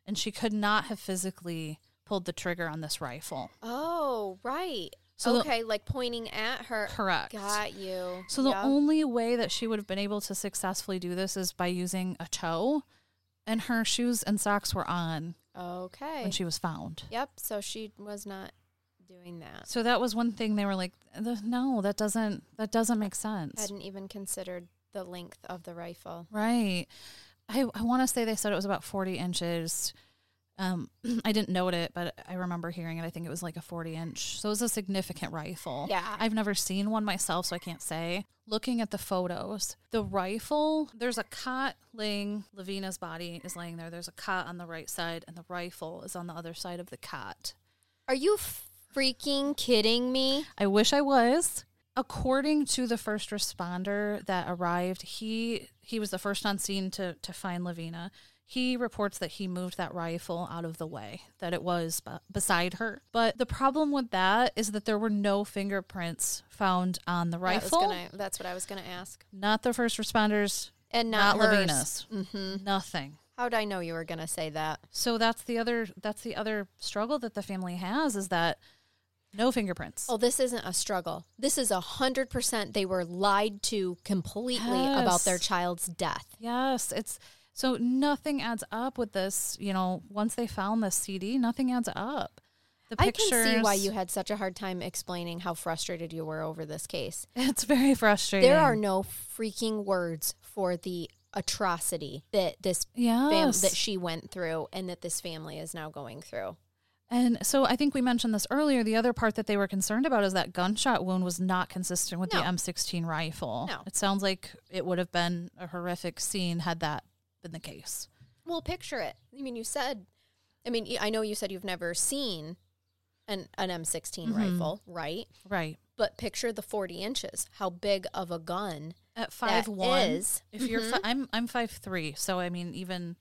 and she could not have physically pulled the trigger on this rifle.
Oh, right.
So the-
okay, like pointing at her.
Correct.
Got you.
So the
Yep.
only way that she would have been able to successfully do this is by using a toe, and her shoes and socks were on
Okay.
when she was found.
yep. So she was not doing that.
So that was one thing they were like, "Th- "No, that doesn't that doesn't make sense."
Hadn't even considered the length of the rifle.
Right. I I want to say they said it was about 40 inches. Um, I didn't note it, but I remember hearing it. I think it was like a 40 inch. So it was a significant rifle.
Yeah.
I've never seen one myself, so I can't say. Looking at the photos, the rifle, there's a cot laying, Lavina's body is laying there. There's a cot on the right side, and the rifle is on the other side of the cot.
Are you freaking kidding me?
I wish I was. According to the first responder that arrived, he he was the first on scene to to find Lavina. He reports that he moved that rifle out of the way, that it was b- beside her. But the problem with that is that there were no fingerprints found on the
That was
rifle.
gonna- that's what I was going to ask.
Not the first responders,
And
not,
not, hers. Mm-hmm.
Lavina's. Nothing.
How'd I know you were going to say that?
So that's the other that's the other struggle that the family has is that no fingerprints.
Oh, this isn't a struggle. This is a hundred percent. They were lied to completely about
Yes.
their child's death.
Yes, it's so nothing adds up with this. You know, once they found the CD, nothing adds up. The pictures.
I can see why you had such a hard time explaining how frustrated you were over this case.
It's very frustrating.
There are no freaking words for the atrocity that this fam-
yes,
that she went through and that this family is now going through.
and so I think we mentioned this earlier. The other part that they were concerned about is that gunshot wound was not consistent with
No.
the M16 rifle.
No.
It sounds like it would have been a horrific scene had that been the case.
Well, picture it. I mean, you said, I mean, y- I know you said you've never seen an an M16
Mm-hmm.
rifle, right?
Right.
But picture the 40 inches. How big of a gun
At five one,
is- Mm-hmm.
if you're, fi- I'm I'm five three, so I mean even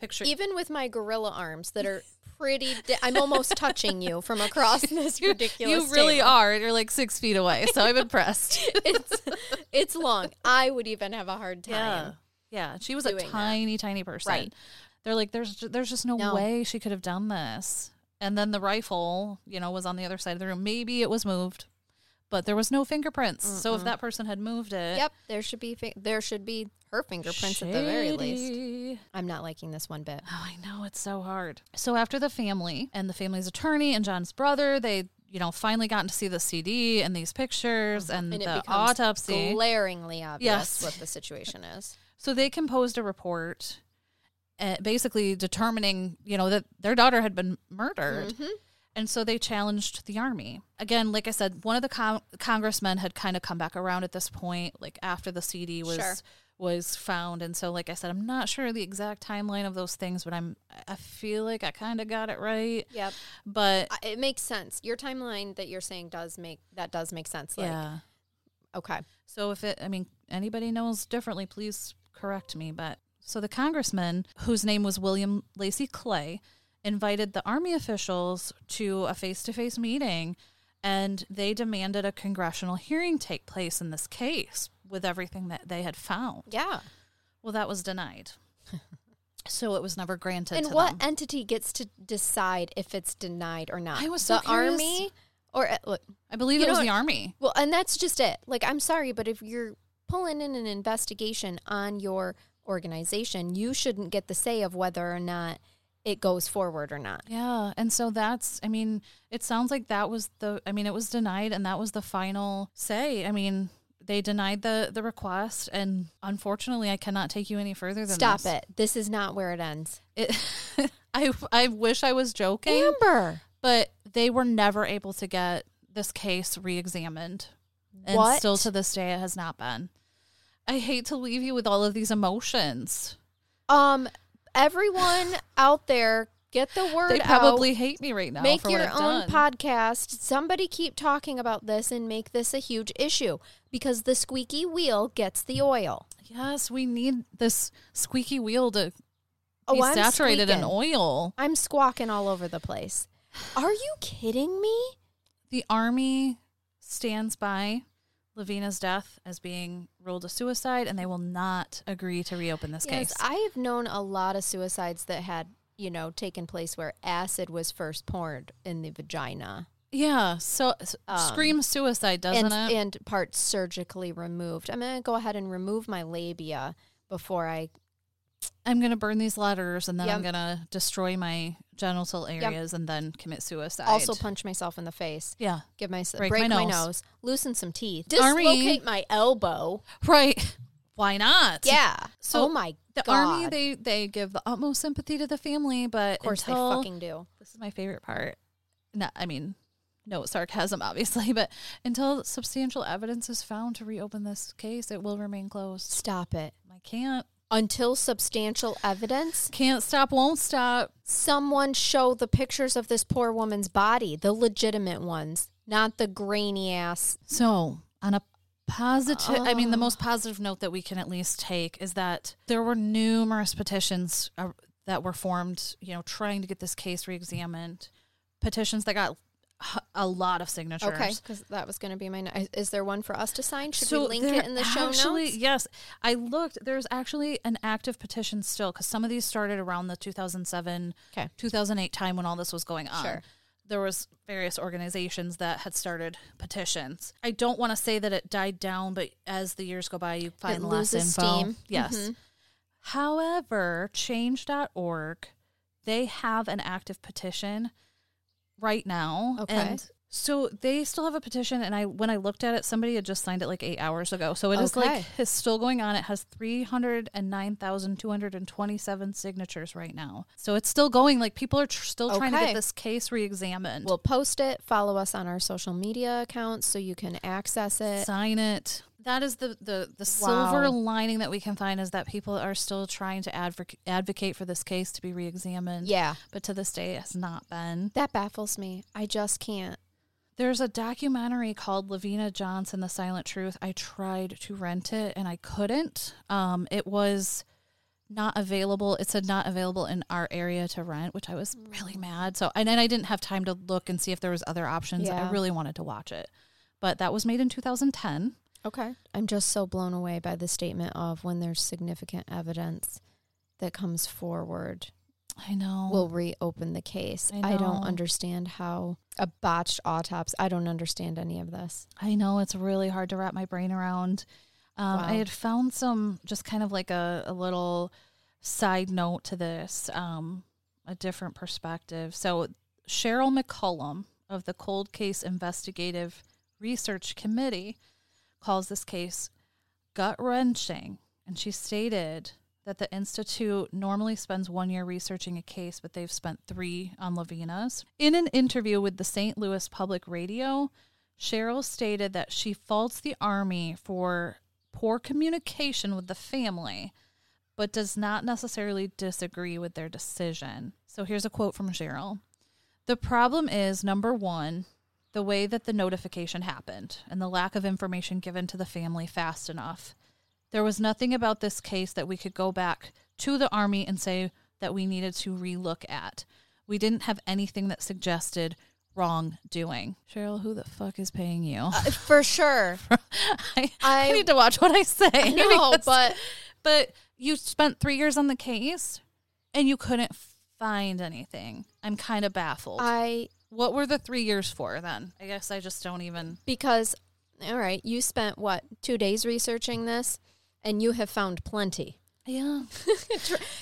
picture
even with my gorilla arms that are pretty di- i'm almost touching you from across this ridiculous
You really
table.
are. You're like six feet away, so I'm impressed.
it's, it's long i would even have a hard
Yeah,
time
yeah. She was
doing
a
that.
tiny, tiny person.
Right.
They're like, there's, ju- there's just no,
No.
way she could have done this. And then the rifle, you know, was on the other side of the room. Maybe it was moved, but there was no fingerprints. So if that person had moved it,
yep there should be fi- there should be her fingerprints at the very least
shady.
i'm not liking this one bit
Oh, I know it's so hard. So after the family and the family's attorney and John's brother, they, you know, finally gotten to see the CD and these pictures Uh-huh. and,
and it
the
becomes
autopsy.
glaringly obvious
Yes.
what the situation is
So they composed a report,
Mm-hmm.
uh, basically determining, you know, that their daughter had been murdered, And so they challenged the army. Again, like I said, one of the con- congressmen had kind of come back around at this point, like after the CD was
Sure.
was found. And so, like I said, I'm not sure the exact timeline of those things, but I'm I feel like I kind of got it right.
Yep.
But
I- It makes sense. Your timeline that you're saying does make that does make sense. Like,
yeah,
Okay.
So if it, I mean, anybody knows differently, please correct me. But so the congressman, whose name was William Lacey Clay, invited the army officials to a face to face meeting and they demanded a congressional hearing take place in this case with everything that they had found.
Yeah.
Well, that was denied. so it was never granted
And
to
what
them.
entity gets to decide if it's denied or not?
I was
the
so curious.
army or uh, look,
I believe
you
it was
know
the
what-
army.
well, and that's just it. Like I'm sorry, but if you're pulling in an investigation on your organization, you shouldn't get the say of whether or not it goes forward or not.
Yeah. And so that's, I mean, it sounds like that was the, I mean, it was denied and that was the final say. I mean, they denied the, the request. And unfortunately, I cannot take you any further than
Stop
this.
it. This is not where it ends.
It- I, I wish I was joking,
Amber.
but they were never able to get this case re examined. And
What?
still to this day, it has not been. I hate to leave you with all of these emotions.
Um everyone out there get the word
They
out.
probably hate me right now.
make
for
your
what I've
own
done.
podcast somebody keep talking about this and make this a huge issue because the squeaky wheel gets the oil
Yes, we need this squeaky wheel to
oh
be
i'm
saturated in
squeaking.
oil.
i'm squawking all over the place are you kidding me
The army stands by Lavina's death as being ruled a suicide, and they will not agree to reopen this
yes
case.
i have known a lot of suicides that had you know taken place where acid was first poured in the vagina
yeah, so s-
Um,
scream suicide, doesn't
and,
it?
and parts surgically removed i'm gonna go ahead and remove my labia before i
I'm gonna burn these letters, and then I'm
Yep.
gonna destroy my genital areas, and then commit suicide.
also punch myself in the face
yeah,
Give my break,
Break
break
my
my,
nose.
nose. loosen some teeth,
Army.
dislocate my elbow.
right. Why not?
Yeah.
So
oh my
The
god.
army, they they give the utmost sympathy to the family, but
of course they
until
fucking do.
this is my favorite part. No, I mean, no sarcasm, obviously, but until substantial evidence is found to reopen this case, it will remain closed.
Stop it.
I can't,
Until substantial evidence,
can't stop, won't stop.
someone show the pictures of this poor woman's body, the legitimate ones, not the grainy ass.
So, on a positive, I mean, the most positive note that we can at least take is that there were numerous petitions uh, that were formed, you know, trying to get this case reexamined. Petitions that got h- a lot of signatures.
Okay, because that was going to be my. n- Is there one for us to sign? Should we link
there
it in the show
actually,
notes?
Yes, I looked. There's actually an active petition still because some of these started around the 2007,
Okay.
2008 time when all this was going on.
Sure.
There was various organizations that had started petitions. I don't want to say that it died down, but as the years go by, you find less
loses
info.
steam. Mm-hmm.
Yes. However, change.org, they have an active petition right now.
Okay.
And so they still have a petition and I when I looked at it, somebody had just signed it like eight hours ago. So it is like
Okay.
it's still going on. It has three hundred and nine thousand two hundred and twenty seven signatures right now. So it's still going. Like people are tr- still trying to
Okay.
get this case re examined.
We'll post it. Follow us on our social media accounts so you can access it.
sign it. That is the the the
Wow.
silver lining that we can find is that people are still trying to advoc- advocate for this case to be re-examined.
Yeah.
but to this day it has not been.
That baffles me. I just can't.
There's a documentary called Lavina Johnson: The Silent Truth. I tried to rent it and I couldn't. Um, it was not available. It said not available in our area to rent, which I was really mad. So and then I didn't have time to look and see if there was other options. I
Yeah.
really wanted to watch it, but that was made in 2010.
Okay. I'm just so blown away by the statement of when there's significant evidence that comes forward,
I know.
we'll reopen the case.
I
Mm. I, don't
know.
understand how a botched autopsy, I don't understand any of this.
I know it's really hard to wrap my brain around. Um, I
Wow.
had found some just kind of like a, a little side note to this, um, a different perspective. So, Cheryl McCullum of the Cold Case Investigative Research Committee calls this case gut wrenching. And she stated that the Institute normally spends one year researching a case, but they've spent three on Lavina's. In an interview with the St. Louis Public Radio, Cheryl stated that she faults the Army for poor communication with the family, but does not necessarily disagree with their decision. So here's a quote from Cheryl The problem is number one, the way that the notification happened and the lack of information given to the family fast enough. There was nothing about this case that we could go back to the Army and say that we needed to relook at. We didn't have anything that suggested wrongdoing. Cheryl, who the fuck is paying you?
for sure.
Uh, I, I
I-
need to watch what I say.
I know,
because-
but
but you spent three years on the case and you couldn't find anything. I'm kind of baffled.
I
what were the three years for then? I guess I just don't even.
because all right, you spent what two days researching this, and you have found plenty.
Yeah,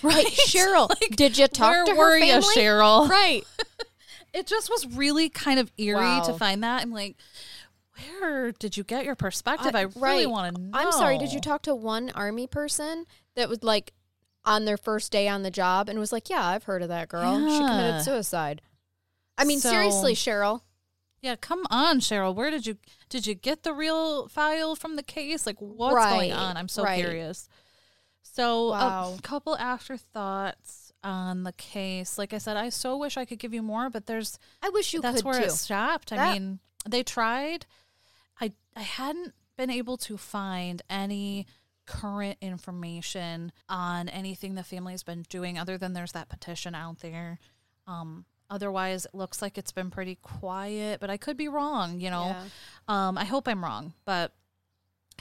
Right, Cheryl.
Like,
did you talk
where
to her
were you,
family?
Cheryl?
Right.
It just was really kind of eerie to
Wow.
find that. I'm like, where did you get your perspective? I, really
right.
want to know.
I'm sorry. Did you talk to one army person that was like on their first day on the job and was like, "Yeah, I've heard of that girl. She
Yeah.
committed suicide." I mean,
So-
seriously, Cheryl.
Yeah, come on, Cheryl. Where did you did you get the real file from the case? Like what's going
Right,
on? I'm so
right.
curious. So
Wow.
a couple afterthoughts on the case. Like I said, I so wish I could give you more, but there's
I wish you
that's
could
where
too.
it stopped. I
That-
mean, they tried. I I hadn't been able to find any current information on anything the family's been doing other than there's that petition out there. Um otherwise it looks like it's been pretty quiet, but I could be wrong, you know.
Yeah.
Um I hope I'm wrong, but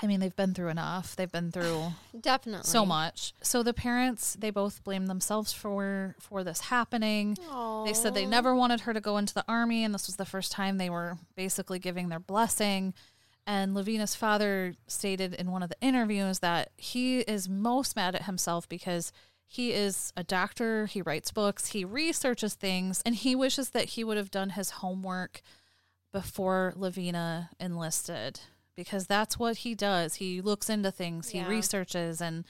I mean they've been through enough. They've been through
Definitely.
so much. So the parents, they both blame themselves for for this happening. They said they
Aw.
never wanted her to go into the army, and this was the first time they were basically giving their blessing. And Lavina's father stated in one of the interviews that he is most mad at himself because he is a doctor, he writes books, he researches things, and he wishes that he would have done his homework before Lavina enlisted because that's what he does. He looks into things,
Yeah.
he researches, and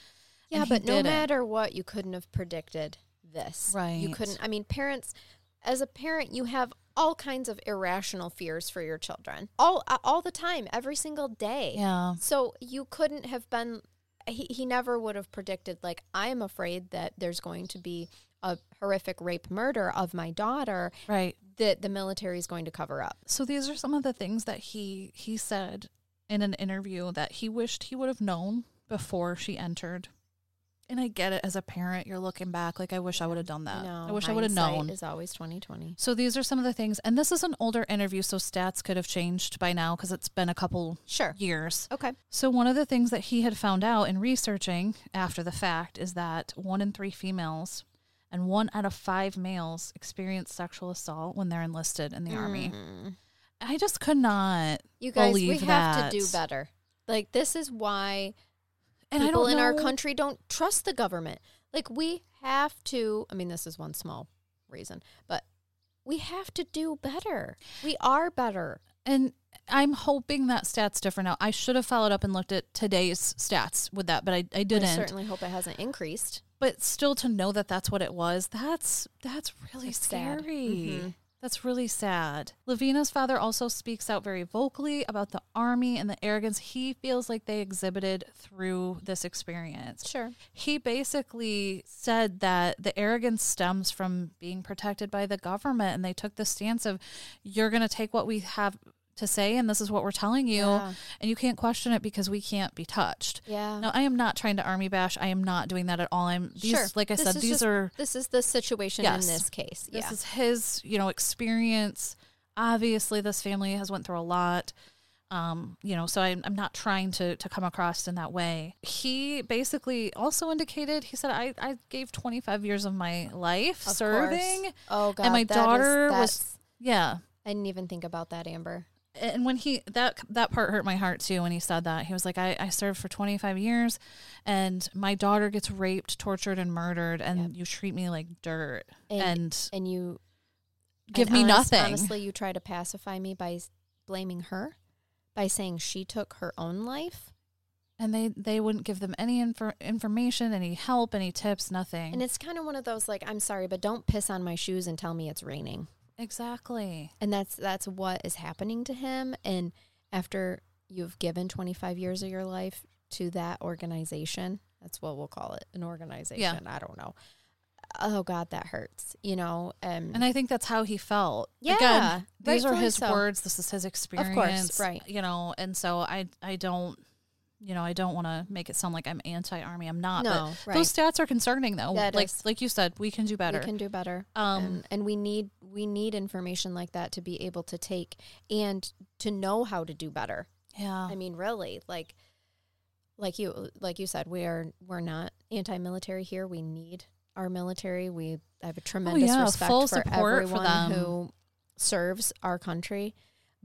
Yeah,
and he
but no
didn't.
matter what, you couldn't have predicted this. You
Right.
couldn't. I mean, parents, as a parent, you have all kinds of irrational fears for your children all uh, all the time, every single day.
Yeah.
So you couldn't have been. He, he never would have predicted. Like I am afraid that there's going to be a horrific rape murder of my daughter
Right.
that the military is going to cover up.
So these are some of the things that he he said in an interview that he wished he would have known before she entered. And I get it as a parent, you're looking back like I wish I would have done that.
No,
I wish I would have
hindsight
known.
Is always twenty twenty.
so these are some of the things and this is an older interview so stats could have changed by now cuz it's been a couple
Sure.
years.
Okay.
So one of the things that he had found out in researching after the fact is that one in 3 females and one out of 5 males experience sexual assault when they're enlisted in the army.
Mm-hmm.
I just could not.
You guys, we
believe
have
that.
to do better. Like this is why
And I
people
don't
in our
know-
country don't trust the government. Like we have to. I mean, this is one small reason, but we have to do better. We are better.
And I'm hoping that stat's different now. I should have followed up and looked at today's stats with that, but I, I
I
didn't.
certainly hope it hasn't increased.
but still, to know that that's what it was, that's that's really
It's sad.
scary.
Mhm.
That's really sad. Lavina's father also speaks out very vocally about the army and the arrogance he feels like they exhibited through this experience.
Sure.
He basically said that the arrogance stems from being protected by the government, and they took the stance of, "You're going to take what we have to say, and this is what we're telling you,
Yeah.
and you can't question it because we can't be touched."
Yeah.
Now, I am not trying to army bash. I am not doing that at all. I'm these,
sure.
like I
This
said,
is
these
just-
are
this is the situation
Yes.
in this case.
this
yeah.
is his you know experience obviously this family has went through a lot um you know so I'm, I'm not trying to to come across in that way he basically also indicated he said i i gave 25 years of my life
Of
serving
course. Oh God.
and my
that is-
daughter was
that's-
yeah
I didn't even think about that, Amber.
and when he that that part hurt my heart too when he said that he was like i, I served for 25 years and my daughter gets raped tortured and murdered and you treat me like dirt and,
And- And you
give
And
me
honest-
nothing
Honestly, you try to pacify me by s- blaming her, by saying she took her own life.
and they they wouldn't give them any infor- information, any help, any tips, nothing.
And it's kind of one of those like, I'm sorry, but don't piss on my shoes and tell me it's raining.
exactly.
And that's that's what is happening to him. And after you've given 25 years of your life to that organization, that's what we'll call it, an organization. I don't know. Oh God, that hurts. You know, um,
And I think that's how he felt.
Yeah,
Again, these are
rightfully
his
so.
words. This is his experience.
right.
You know, and so I I don't you know, I don't want to make it sound like I'm anti army. I'm not.
No,
but those stats are concerning though.
That
like
is.
like you said, we can do better.
We can do better.
Um,
and, and we need we need information like that to be able to take and to know how to do better.
yeah.
I mean, really, like like you like you said, we are we're not anti-military here. We need our military. We have a tremendous
Oh, yeah,
respect
full
for
support for
everyone
them.
who serves our country,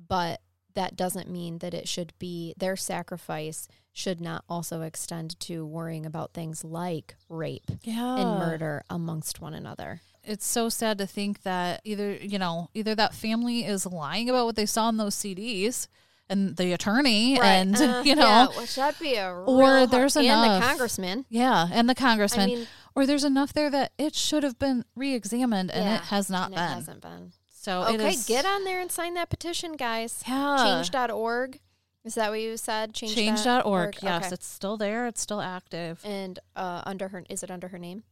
but that doesn't mean that it should be their sacrifice should not also extend to worrying about things like rape
yeah.
and murder amongst one another.
It's so sad to think that either, you know, either that family is lying about what they saw in those CDs and the attorney and
Uh,
you know
yeah, which that'd be a real
Or
hard-
there's
and
enough.
the congressman.
Yeah, and the congressman.
I mean,
or there's enough there that it should have been re-examined and
Yeah,
it has not
and
been.
It hasn't been.
So it
Okay,
is-
get on there and sign that petition, guys.
yeah.
Change.org. Is that what you said? Change.
Change
dot
dot org.
org,
Yes,
okay.
it's still there. It's still active.
And uh, under her, is it under her name?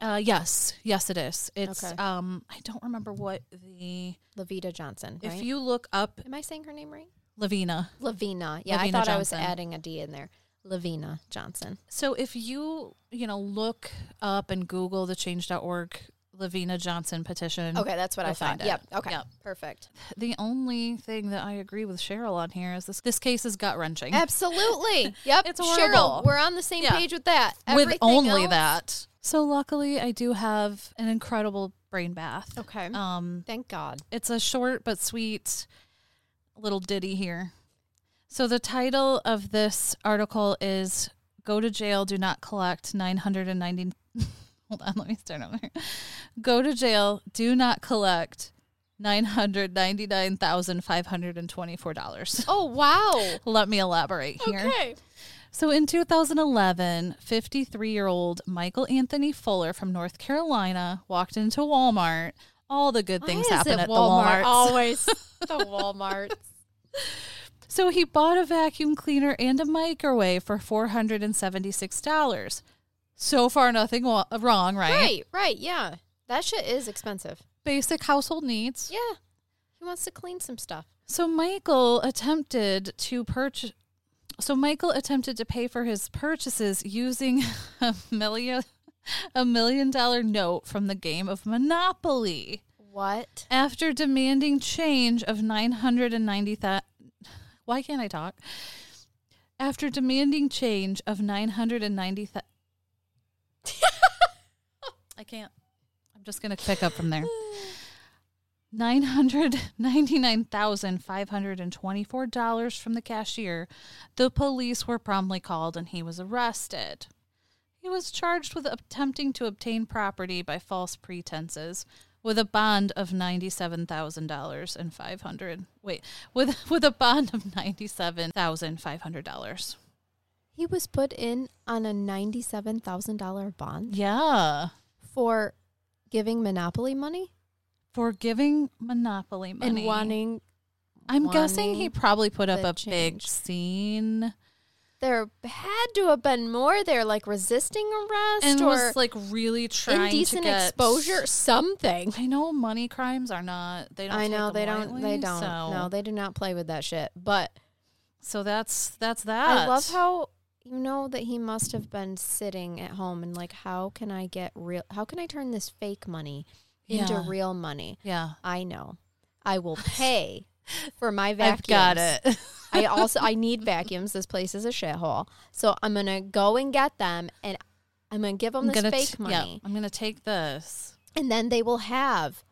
Uh, yes, yes, it is. It's
Okay.
um, I don't remember what the
Levita Johnson. Right?
if you look up
Am I saying her name right?
Lavina.
Lavina. Yeah, I
Lavina
thought I was
Johnson. Mm-hmm.
adding a D in there. Lavina Johnson.
So if you you know look up and Google the Change dot org Lavina Johnson petition.
Okay, that's what I
You'll
thought.
find it.
Yep. Okay.
Yep.
Perfect.
The only thing that I agree with Cheryl on here is this. This case is gut wrenching.
Absolutely. Yep.
It's horrible.
Cheryl, we're on the same
Yeah.
page with that.
with
Everything
only
else-
that. So luckily, I do have an incredible brain bath.
Okay.
Um,
Thank God.
it's a short but sweet little ditty here. So the title of this article is "Go to Jail, Do Not Collect 990." Hold on, let me start over. Go to jail, do not collect nine hundred ninety nine thousand five hundred and twenty four dollars.
Oh wow.
Let me elaborate here.
Okay.
So in 2011, 53 year old Michael Anthony Fuller from North Carolina walked into Walmart. All the good things
Why is
happen
it
at
Walmart
the Walmart.
Always the Walmart.
So he bought a vacuum cleaner and a microwave for $476. So far, nothing wa- wrong, right?
right, right, yeah. That shit is expensive.
Basic household needs.
Yeah. He wants to clean some stuff.
So Michael attempted to purchase. So Michael attempted to pay for his purchases using a million a million dollar note from the game of Monopoly.
What?
After demanding change of nine hundred and ninety thousand, why can't I talk? After demanding change of nine hundred and ninety thousand, I can't. I'm just gonna pick up from there. Nine hundred ninety-nine thousand five hundred and twenty-four dollars from the cashier. The police were promptly called, and he was arrested. He was charged with attempting to obtain property by false pretenses with a bond of $97,000 and 500. Wait, with with a bond of $97,500.
He was put in on a ninety-seven thousand dollar bond
Yeah.
for giving Monopoly money,
For giving monopoly money.
and wanting.
I'm guessing he
wanting
probably put up
the
a big
change.
scene
There had to have been more there, like resisting arrest
and
or
was like really trying
indecent
to get
exposure, something.
I know money crimes are not they don't
I
take
know
them
they don't. They
lightly,
don't.
so,
No, they do not play with that shit. But
so that's that's that.
I love how you know that he must have been sitting at home and like, how can I get real? How can I turn this fake money into
Yeah.
real money?
Yeah.
I know. I will pay for my vacuums.
I've got it.
I also I need vacuums. This place is a shithole, so I'm gonna go and get them, and I'm gonna give them
I'm
this
gonna
fake
t- yeah,
money,
I'm gonna take this.
and then they will have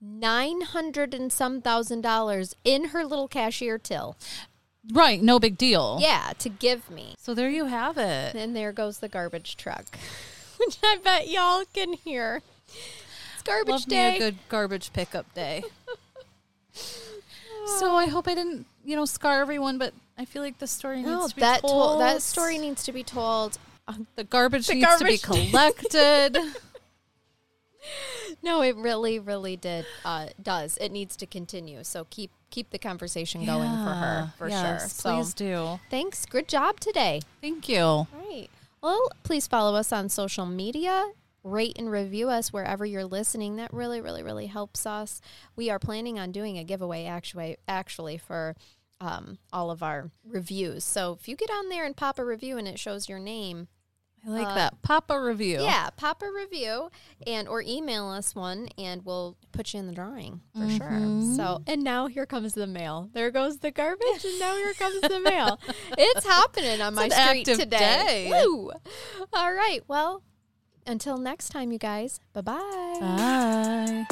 nine hundred and some thousand dollars in her little cashier till.
Right, no big deal.
Yeah, to give me.
So there you have it.
And there goes the garbage truck, which I bet y'all can hear. It's garbage
Love me
day. Ah.
a good garbage pickup day. so I hope I didn't you know, scar everyone, but I feel like the story needs
No,
to be
Oh, that
told.
told, that story needs to be told.
the garbage
The
needs to be
garbage-
collected.
No, it really, really did. Uh, does it needs to continue? So keep keep the conversation going for her
Yeah,
for sure.
yes,
So
Please do.
thanks. Good job today.
Thank you.
All right. Well, please follow us on social media. Rate and review us wherever you're listening. That really, really, really helps us. We are planning on doing a giveaway actually, actually for um, all of our reviews. So if you get on there and pop a review and it shows your name,
I like
Uh,
that. Pop a review.
yeah, pop a review and or email us one, and we'll put you in the drawing for sure. So Mm-hmm. and now here comes the mail. There goes the garbage, and now here comes the mail. It's happening on my
an
street
active
today.
day.
Woo! All right, well, until next time, you guys. Bye bye.
Bye.